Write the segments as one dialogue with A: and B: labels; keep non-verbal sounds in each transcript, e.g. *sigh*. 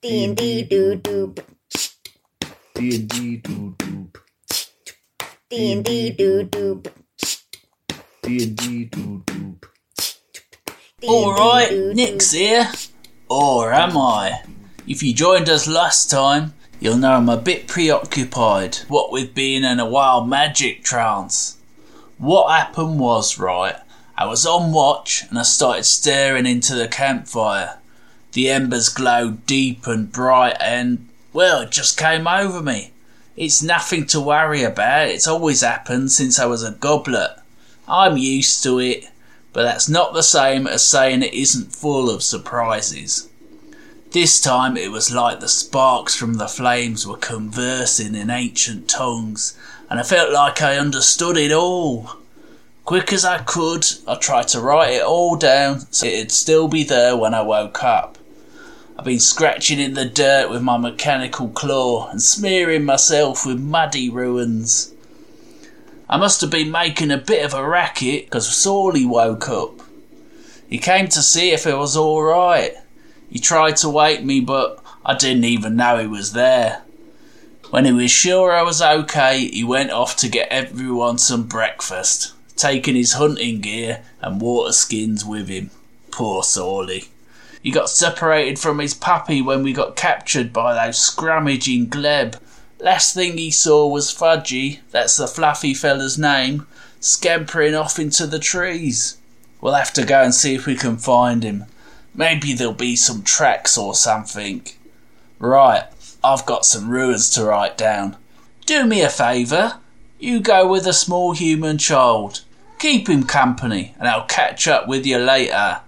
A: D and D doo doo.
B: D and D doo doo.
A: D and D doo doo.
B: D and D doo doo.
C: Alright, Nick's here. Or am I? If you joined us last time, you'll know I'm a bit preoccupied, what with being in a wild magic trance. What happened was, right, I was on watch and I started staring into the campfire. The embers glowed deep and bright and, well, it just came over me. It's nothing to worry about, it's always happened since I was a goblet. I'm used to it, but that's not the same as saying it isn't full of surprises. This time it was like the sparks from the flames were conversing in ancient tongues, and I felt like I understood it all. Quick as I could, I tried to write it all down so it'd still be there when I woke up. I've been scratching in the dirt with my mechanical claw and smearing myself with muddy ruins. I must have been making a bit of a racket because Sawley woke up. He came to see if I was alright. He tried to wake me, but I didn't even know he was there. When he was sure I was okay, he went off to get everyone some breakfast, taking his hunting gear and water skins with him. Poor Sawley. He got separated from his puppy when we got captured by those scrummaging gleb. Last thing he saw was Fudgy, that's the fluffy fella's name, scampering off into the trees. We'll have to go and see if we can find him. Maybe there'll be some tracks or something. Right, I've got some ruins to write down. Do me a favour. You go with a small human child. Keep him company, and I'll catch up with you later.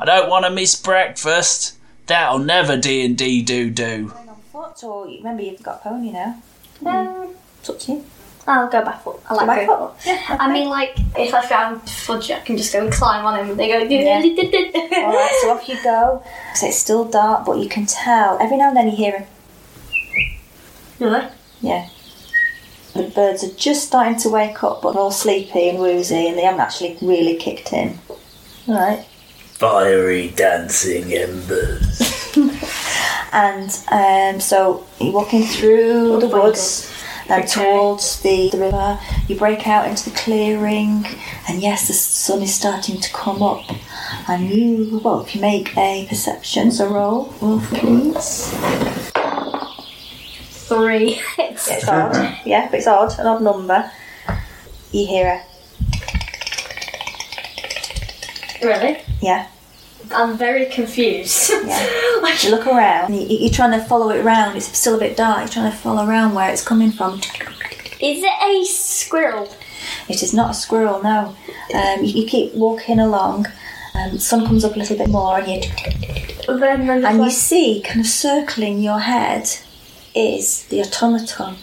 C: I don't want to miss breakfast. That'll never D and D do do.
D: Going on foot, or you- remember you've got a pony now.
E: Um,
D: Touch you.
E: I'll go by foot. I like
D: By
E: going
D: foot. Yeah,
E: I mean, like, if I found Fudge, I can just go and climb on him. and They go,
D: Yeah. All
E: yeah.
D: right, so off you go. So it's still dark, but you can tell every now and then you hear him.
E: Really?
D: Yeah. The birds are just starting to wake up, but they're all sleepy and woozy, and they haven't actually really kicked in. All right.
C: Fiery dancing embers.
D: And um, so you're walking through the
E: Oh my
D: woods and
E: Okay.
D: towards the, the river. You break out into the clearing, and yes, the sun is starting to come up. And you, well, if you make a perception, so roll, roll please.
E: Three. It's
D: It's odd, yeah, but it's odd, an odd number. You hear her,
E: really?
D: yeah.
E: I'm very confused.
D: Yeah.
E: *laughs* Like,
D: You look around, and you, you're trying to follow it round. It's still a bit dark. You're trying to follow around where it's coming from.
E: is it a squirrel?
D: It is not a squirrel, no. Um, you, you keep walking along. Um, sun comes up a little bit more, and you
E: Then, then
D: and you
E: like,
D: see kind of circling your head is the automaton.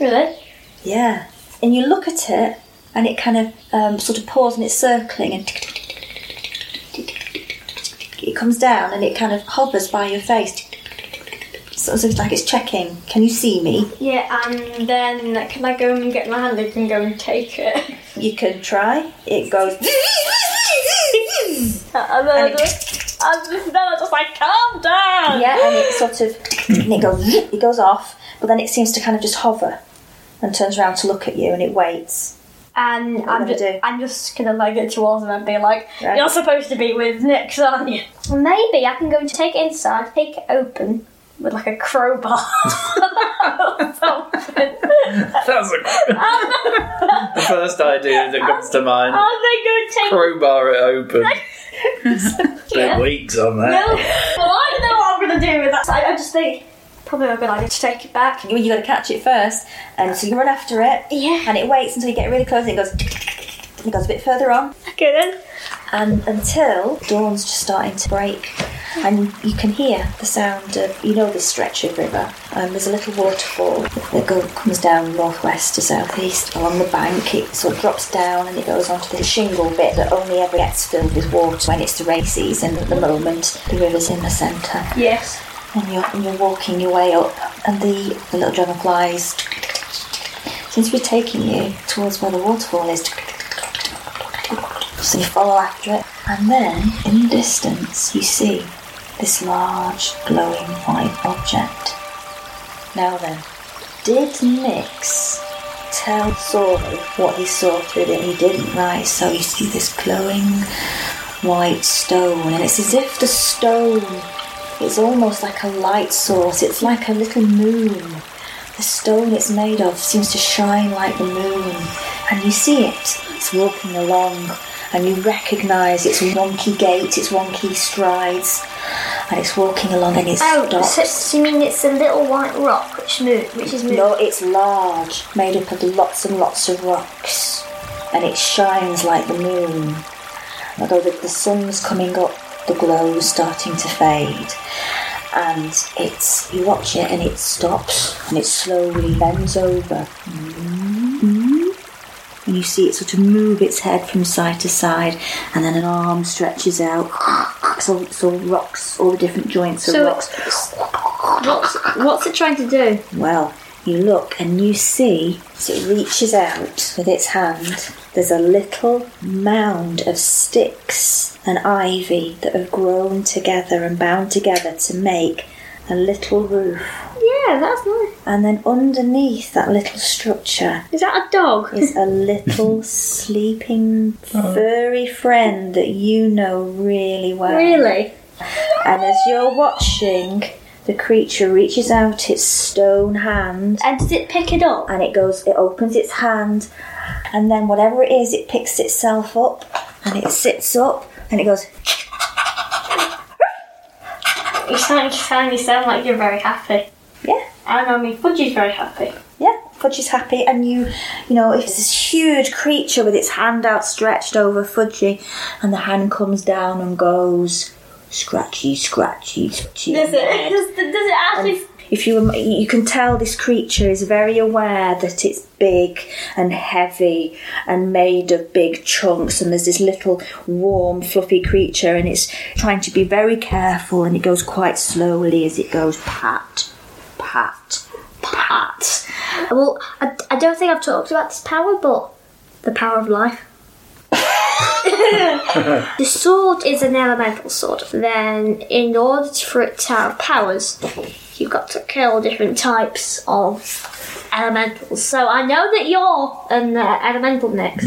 E: really?
D: Yeah, and you look at it, and it kind of um, sort of paws and it's circling, and it comes down and it kind of hovers by your face. So it's like it's checking. Can you see me?
E: Yeah, and then can I go and get my hand and go and take *laughs* it?
D: You can try. It goes. *laughs*
E: And then I just, and then I just like, calm down!
D: Yeah, and it sort of and it goes *laughs* it goes off, but then it seems to kind of just hover and turns around to look at you and it waits.
E: And
D: are you
E: I'm
D: gonna
E: just,
D: do?
E: I'm just gonna like go towards them and be like,
D: Right.
E: "You're supposed to be with Nick, aren't you?" Maybe I can go and take it inside, take it open with like a crowbar. *laughs* Something.
B: That's *laughs* the first idea that comes to mind.
E: i then go and
B: Crowbar it open.
E: take it.
B: weeks on
E: No, well, I don't know what I'm gonna do with that. So I, I just think probably a good idea to take it back.
D: You you got to catch it first, and so you run after it,
E: Yeah.
D: and it waits until you get really close, and it goes. It goes a bit further on,
E: Okay then.
D: and Um, until dawn's just starting to break, and you can hear the sound of you know this stretch of river. Um, there's a little waterfall that go, comes down northwest to southeast along the bank. It sort of drops down and it goes onto the shingle bit that only ever gets filled with water when it's the rainy season. At the moment, the river's in the centre
E: Yes.
D: and you're, and you're walking your way up, and the, the little dragonflies seem to be taking you towards where the waterfall is. So you follow after it, and then in the distance you see this large glowing white object. Now then, did Nix tell Sora what he saw through it? He didn't, right? So you see this glowing white stone, and it's as if the stone is almost like a light source. It's like a little moon. The stone it's made of seems to shine like the moon, and you see it. It's walking along, and you recognise its wonky gait, its wonky strides, and it's walking along and it
E: Oh,
D: stops.
E: so, so you mean it's a little white rock which moves, which is moving?
D: No, it's large, made up of lots and lots of rocks, and it shines like the moon. Although the, the sun's coming up, the glow's starting to fade, and it's you watch it and it stops and it slowly bends over, and you see it sort of move its head from side to side, and then an arm stretches out. So, so rocks, all the different joints of
E: So
D: rocks.
E: What's, what's it trying to do?
D: Well, you look and you see as it reaches out with its hand, there's a little mound of sticks and ivy that have grown together and bound together to make a little roof.
E: Yeah, that's nice.
D: And then underneath that little structure
E: Is that a dog?
D: is a little sleeping furry friend that you know really well.
E: Really?
D: And as you're watching, the creature reaches out its stone hand
E: And does it pick it up?
D: and it goes it opens its hand and then whatever it is it picks itself up and it sits up and it goes
E: You sound, you sound, you sound like you're very happy.
D: Yeah.
E: And I mean, Fudgy's very happy.
D: yeah fudge is happy and you you know it's this huge creature with its hand outstretched over fudgy and the hand comes down and goes scratchy scratchy scratchy
E: Does it? Does, does it actually?
D: if you you can tell this creature is very aware that it's big and heavy and made of big chunks and there's this little warm fluffy creature and it's trying to be very careful and it goes quite slowly as it goes pat pat pat
E: uh, Well, I, I don't think I've talked about this power, but the power of *laughs* life. the sword is an elemental sword. Then, in order for it to have powers, you've got to kill different types of elementals. So I know that you're an uh, elemental next,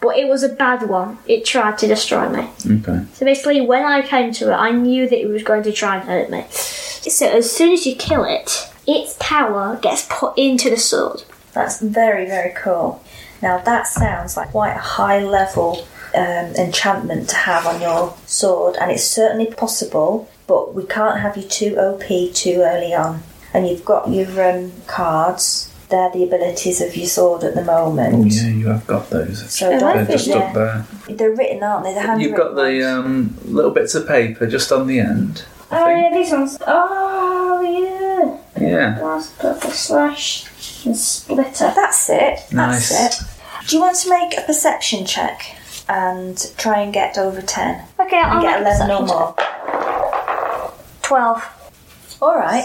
E: but it was a bad one. It tried to destroy me.
B: Okay.
E: So basically, when I came to it, I knew that it was going to try and hurt me. So as soon as you kill it, its power gets put into the sword.
D: That's very, very cool. Now, that sounds like quite a high level um, enchantment to have on your sword, and it's certainly possible, but we can't have you too OP too early on. And you've got your um, cards, they're the abilities of your sword at the
B: Oh
D: moment.
B: yeah, you have got those.
D: So
E: Oh,
B: They're
D: don't
E: right.
B: just
D: yeah.
B: up there.
D: They're written, aren't they? They're handwritten.
B: You've got the
D: ones.
B: um, little bits of paper just on the end. I
E: Oh
B: think.
E: yeah, these ones. Oh yeah,
B: Yeah.
E: last purple slash and splitter.
D: That's it.
B: uh, Nice.
D: That's it. Do you want to make a perception check and try and get over 10?
E: Okay, I'll
D: And get
E: get
D: 11 or more.
E: Twelve.
D: All right.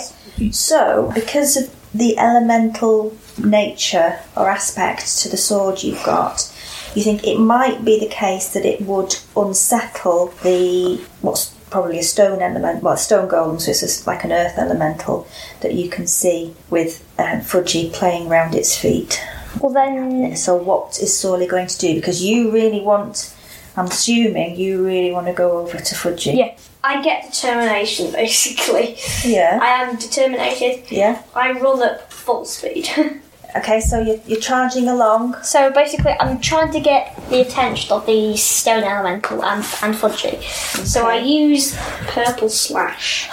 D: So, because of the elemental nature or aspect to the sword you've got, you think it might be the case that it would unsettle the what's probably a stone element, well, a stone golem, so it's just like an earth elemental that you can see with uh, Fudgy playing round its feet.
E: Well then,
D: So, what is Sorely going to do? Because you really want, I'm assuming you really want to go over to Fudgy.
E: yeah, I get determination *laughs* basically.
D: Yeah.
E: I am determined.
D: Yeah.
E: I run at full speed. *laughs*
D: Okay, so you're, you're charging along.
E: So basically, I'm trying to get the attention of the stone elemental and, and Fudgy. So I use purple slash.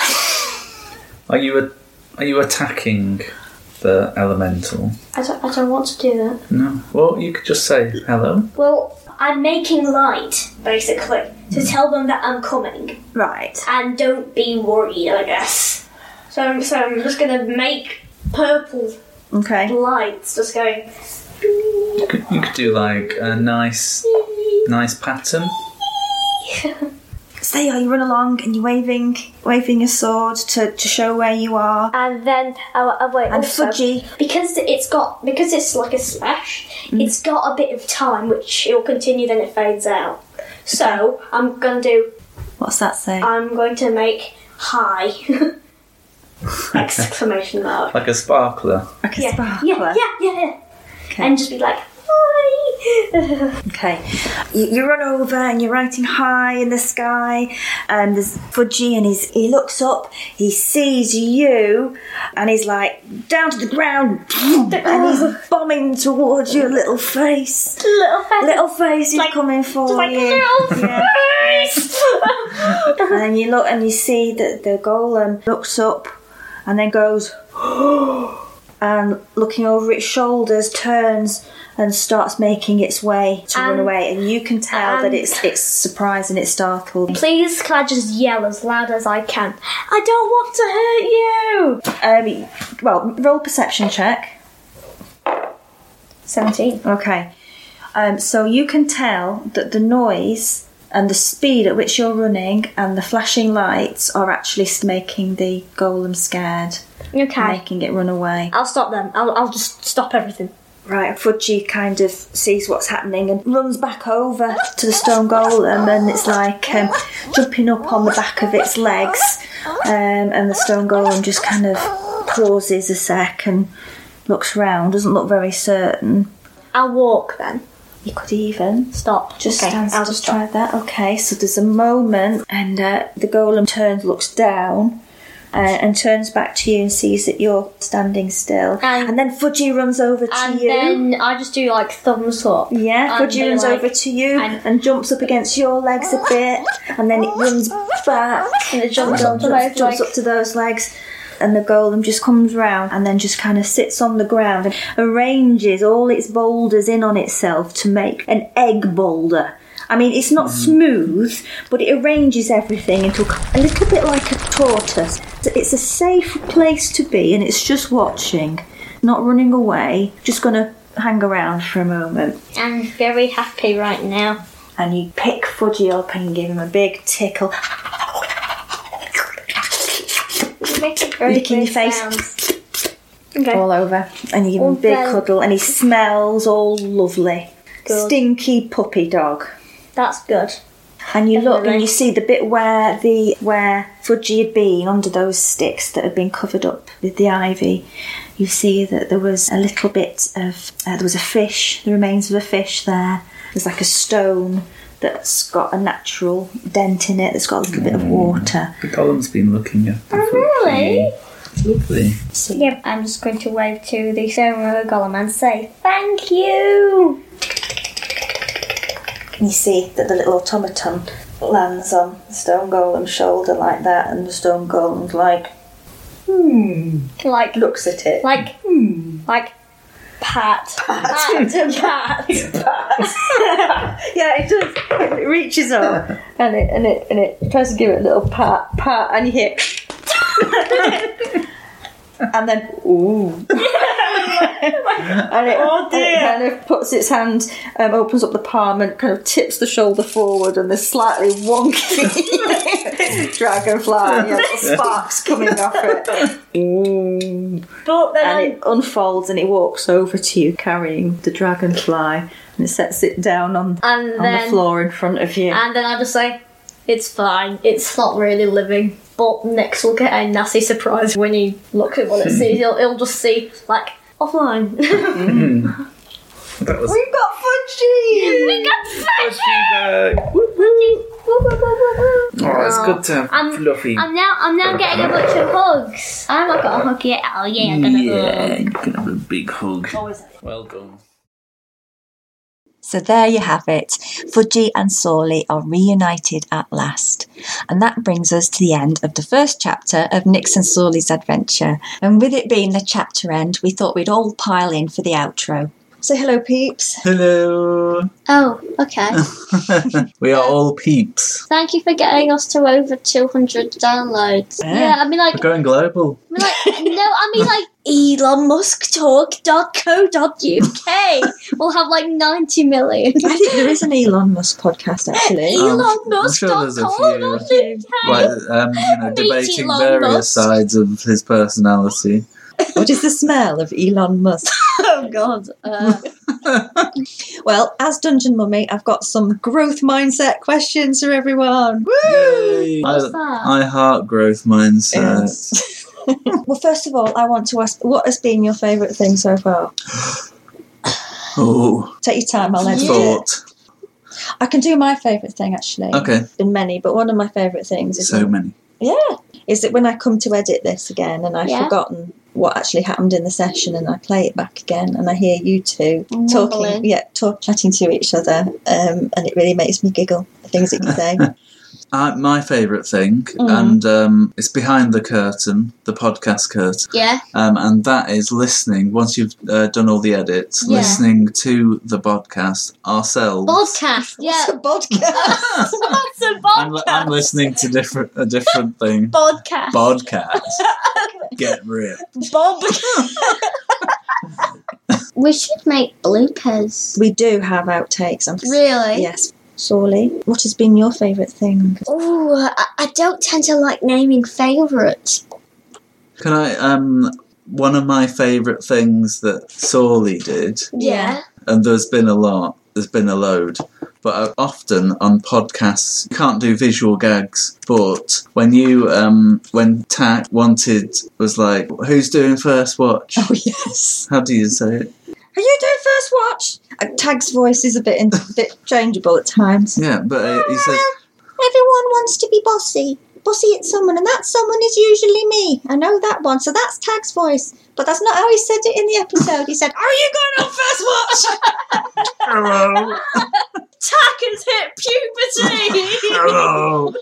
B: Are you a, are you attacking the elemental?
E: I don't, I don't want to do that.
B: No. Well, you could just say hello.
E: Well, I'm making light, basically, to tell them that I'm coming
D: Right.
E: and don't be worried, I guess. So I'm, so I'm just going to make purple
D: Okay.
E: lights just going.
B: You could, you could do like a nice nice pattern.
D: So there you are, you run along and you're waving waving your sword to, to show where you are.
E: And then, oh, oh wait,
D: And
E: also-
D: Fudgy,
E: because it's got because it's like a slash,
D: Mm.
E: it's got a bit of time which it will continue. Then it fades out. So I'm gonna do.
D: what's that say?
E: I'm going to make *laughs*
A: high. Exclamation mark.
C: Like a sparkler.
D: Like a
A: Yeah.
D: sparkler.
A: Yeah, yeah, yeah, yeah.
D: Okay.
A: And just be like, hi. *laughs*
D: Okay. You, you run over and you're writing high in the sky, and there's Fudgy, and he's, he looks up, he sees you, and he's like down to the ground, and he's bombing towards your little face.
A: little face.
D: Little face is
A: Like-
D: coming for
A: like
D: you. *laughs*
A: little
D: Yeah.
A: face. *laughs*
D: and you look and you see that the golem looks up and then goes *gasps* and looking over its shoulders turns and starts making its way to run
A: Um,
D: away and you can tell that
A: um,
D: it's it's surprised and it's startled
A: Please, can I just yell as loud as I can? I don't want to hurt you.
D: um, well roll perception check
A: Seventeen.
D: okay um, so you can tell that the noise and the speed at which you're running and the flashing lights are actually making the golem scared
A: Okay.
D: making it run away
A: I'll stop them. I'll, I'll just stop everything.
D: Right, Fudgy kind of sees what's happening and runs back over to the stone golem, and it's like um, jumping up on the back of its legs. Um, and the stone golem just kind of pauses a sec and looks round, doesn't look very certain.
A: I'll walk then.
D: You could even
A: Stop.
D: just
A: Okay,
D: stand
A: I'll
D: still.
A: just
D: Just
A: stop.
D: try that. Okay, so there's a moment, and uh, the golem turns, looks down. Uh, and turns back to you and sees that you're standing still.
A: And-
D: And, then Fudgy runs over to
A: And
D: you.
A: then I just do like thumbs up.
D: Yeah,
A: And
D: Fudgy
A: they,
D: runs
A: like-
D: over to you
A: and-
D: and, jumps up against your legs a bit, and then it runs back
A: And it jumps up
D: jumps,
A: to those
D: jumps
A: legs.
D: up to those legs. And the golem just comes round and then just kind of sits on the ground and arranges all its boulders in on itself to make an egg boulder. I mean, it's not smooth, but it arranges everything into a little bit like a tortoise. It's a safe place to be, and it's just watching, not running away, just going to hang around for a moment
A: I'm very happy right now.
D: and you pick Fudgy up and give him a big tickle,
A: You're making very
D: Licking
A: weird
D: your face.
A: sounds. Okay.
D: all over, and you give him a big
A: Okay.
D: cuddle, and he smells all lovely,
A: Good.
D: stinky puppy dog.
A: That's good.
D: And you look
A: Definitely.
D: and you see the bit where the where Fudgy had been under those sticks that had been covered up with the ivy. You see that there was a little bit of uh, there was a fish, the remains of a fish there. There's like a stone that's got a natural dent in it. That's got a little bit of water.
C: The golem's been looking at the
A: Oh,
C: foot for
A: really?
C: you. Lovely.
D: So
A: Yep. I'm just going to wave to the Sarah Golem and say, Thank you!
D: And you see that the little automaton lands on the stone golem's shoulder like that, and the stone golem's like
A: Like,
D: looks at it.
A: like, like, pat.
D: *laughs*
A: Pat. Pat.
D: Yeah, it does. It reaches up and it and it and it tries to give it a little pat pat, and you hear. *laughs* And then, ooh, and it, and it kind of puts its hand, um, opens up the palm, and kind of tips the shoulder forward, and this slightly wonky *laughs* dragonfly, yeah, little sparks coming off it. Ooh
A: But then
D: and it unfolds and it walks over to you carrying the dragonfly and it sets it down on,
A: And
D: on
A: then-
D: the floor in front of you.
A: And then I just say, it's fine, it's not really living. But next we'll get a nasty surprise when you look at what it sees. It'll, it'll just see, like, offline. *laughs*
C: That was
D: We've got Fudgy!
A: we got fudge!
C: feedback. Oh, it's good to have
A: I'm-
C: fluffy.
A: I'm now, I'm now getting a bunch of hugs. I haven't got a hug yet. Oh yeah, I'm gonna
C: yeah,
A: hug.
C: you can have a big hug. Well done.
F: So there you have it. Fudgy and Sawley are reunited at last. And that brings us to the end of the first chapter of Nix and Sawley's adventure. And with it being the chapter end, we thought we'd all pile in for the outro. So hello peeps.
C: Hello.
A: Oh, okay.
C: *laughs* We are all peeps.
A: Thank you for getting us to over 200 downloads.
F: Yeah.
A: Yeah, I mean, like,
C: We're going global.
A: I mean,
C: *laughs*
A: like, no, I mean, like, elonmusktalk.co.uk will have like 90 million.
F: I think there is an Elon Musk podcast actually.
A: Elon
C: I'm
A: Musk.
C: sure there's a
A: dot
F: few.
A: co dot
C: Like, um, you know, debating
A: Elon
C: various
A: Musk.
C: sides of his personality.
A: *laughs*
F: What is the smell of Elon Musk?
A: Oh god. Uh,
F: *laughs* Well, as Dungeon Mummy, I've got some growth mindset questions for everyone. Woo!
G: What's that?
B: I heart growth mindset.
F: Yes. well, first of all, I want to ask what has been your favourite thing so far?
B: Oh,
F: Take your time, I'll edit it.
B: thought.
F: I can do my favourite thing actually.
B: Okay,
F: Been many, but one of my favourite things is
B: so many.
F: yeah, is that when I come to edit this again and I've
G: Yeah.
F: forgotten what actually happened in the session and I play it back again and I hear you two talking,
G: Lovely.
F: yeah, talk, chatting to each other, um, and it really makes me giggle. The things that you
G: *laughs*
F: say.
B: Uh, my favourite thing,
G: Mm-hmm.
F: Mm.
B: and um, it's behind the curtain, the podcast curtain.
G: Yeah.
B: um, and that is listening. Once you've uh, done all the edits,
G: Yeah.
B: listening to the podcast ourselves.
C: *laughs*
G: Podcast.
F: *laughs*
G: Yeah.
F: It's a
G: *laughs*
F: podcast.
G: What's a
B: *laughs* I'm, li- I'm
G: podcast?
B: listening to different a
G: *laughs*
B: different thing.
G: Podcast.
B: Podcast.
G: *laughs*
B: Get ripped.
F: Bob.
G: We should make bloopers.
F: we do have outtakes. I'm
G: Really?
F: Yes. Sorely, what has been your favourite thing?
G: *laughs* Ooh, I, I don't tend to like naming favourites.
B: Can I? Um, one of my favourite things that Sorley did,
F: Yeah.
B: and there's been a lot. There's been a load. But uh, often on podcasts, you can't do visual gags. But when you, um, when Tack wanted, was like, who's doing first watch?
F: Oh yes.
B: How do you say it?
F: Are you doing first watch? Uh, Tag's voice is a bit in, bit changeable at times.
B: Yeah, but uh, he says,
F: Um, Everyone wants to be bossy. Bossy at someone, and that someone is usually me. I know that one, so that's Tag's voice. But that's not how he said it in the episode. He said, Are you going on first *laughs* watch?
B: "Hello,
G: Tack has hit
F: *laughs*
G: puberty!
B: hello."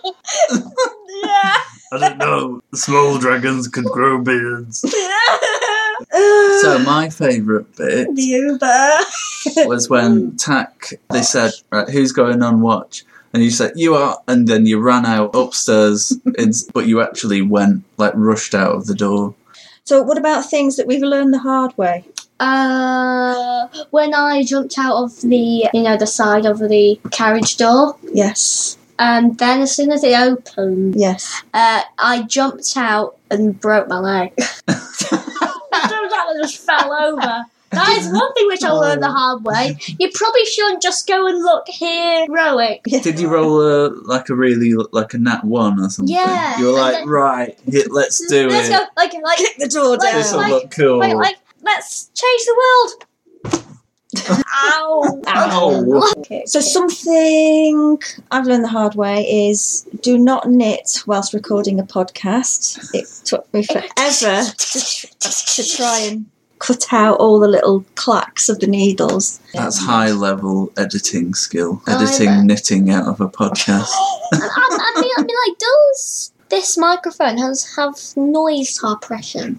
F: yeah.
B: I didn't know small dragons could grow beards. So my favourite bit
F: the Uber.
B: was when Tack they said, "Right, who's going on watch?" And you said, "You are," and then you ran out upstairs, *laughs* in, but you actually went like rushed out of the door.
F: So, what about things that we've learned the hard way?
G: uh, when I jumped out of the, you know, the side of the carriage door,
F: Yes.
G: and then as soon as it opened,
F: Yes.
G: uh, I jumped out and broke my leg. *laughs* so that one just fell over. That is one thing which I learned the hard way. You probably shouldn't just go and look heroic.
B: Did you roll a like a really like a nat one or something?
G: Yeah,
B: you were
G: and *laughs*
B: like,
G: then-
B: "Right, hit, let's do
G: Let's
B: it.
G: go, like, like,
F: Kick the door down.
B: This will
G: like-
B: look
C: Oh.
B: cool."
G: like, like, let's change the world. *laughs* Ow.
B: oh,
F: So something I've learned the hard way is do not knit whilst recording a podcast. It took me forever to, to try and cut out all the little clacks of the needles.
B: That's high level editing skill.
G: I
B: Editing
G: bet.
B: knitting out of a podcast.
G: I, I, I mean, I mean, like, does this microphone has have noise suppression?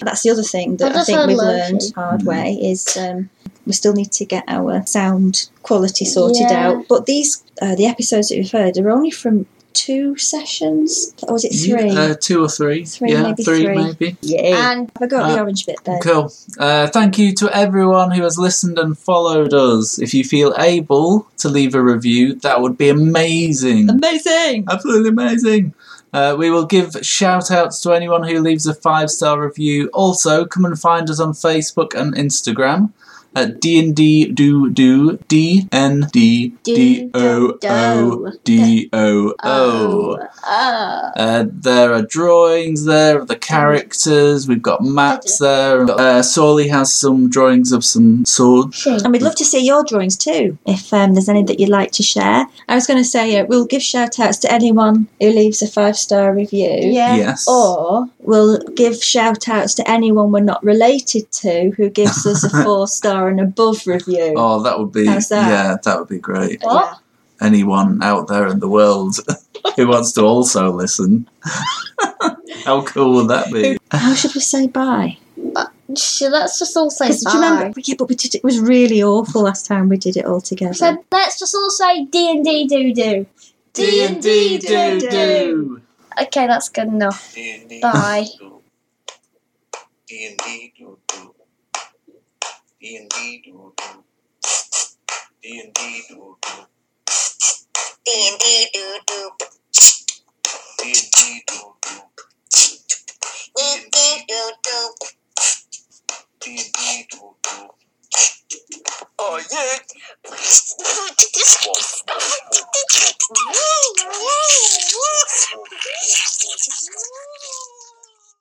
F: That's the other thing that
G: I've
F: I
G: just
F: think
G: heard
F: we've
G: loads.
F: learned the hard way is um, we still need to get our sound quality sorted
G: Yeah.
F: out. But these uh, the episodes that we've heard are only from two sessions, or was it
B: You-
F: three?
B: uh, two or three.
F: Three,
B: yeah,
F: maybe
B: three,
F: three.
B: maybe.
F: yeah,
G: And
F: I got the
B: uh,
F: orange bit there.
B: Cool. Uh, thank you to everyone who has listened and followed us. If you feel able to leave a review, that would be amazing.
F: Amazing.
B: Absolutely amazing. Uh, we will give shout outs to anyone who leaves a five star review. Also, come and find us on Facebook and Instagram at D&D Do Do D N D D O O D O O.
G: uh,
B: Uh, there are drawings there of the characters. We've got maps there. Uh, Sorley has some drawings of some swords.
F: And we'd love to see your drawings too, if um, there's any that you'd like to share. I was going to say, uh, we'll give shout outs to anyone who leaves a five star review.
D: Yeah.
B: Yes.
F: Or we'll give shout outs to anyone we're not related to who gives us a four star and above review.
B: Oh, that would be
F: How's that?
B: yeah, that would be great.
G: What?
B: Anyone out there in the world *laughs* who wants to also listen, *laughs* how cool would that be?
F: How should we say bye?
G: Sh- let's just all say
F: 'Cause do you remember? Yeah, but we did, it was really awful last time we did it all together.
G: So let's just all say D and D do do. Okay, that's good enough.
H: D&D.
G: Bye.
H: D&D do do. D&D do do. D&D do do. D&D do do. D&D do do.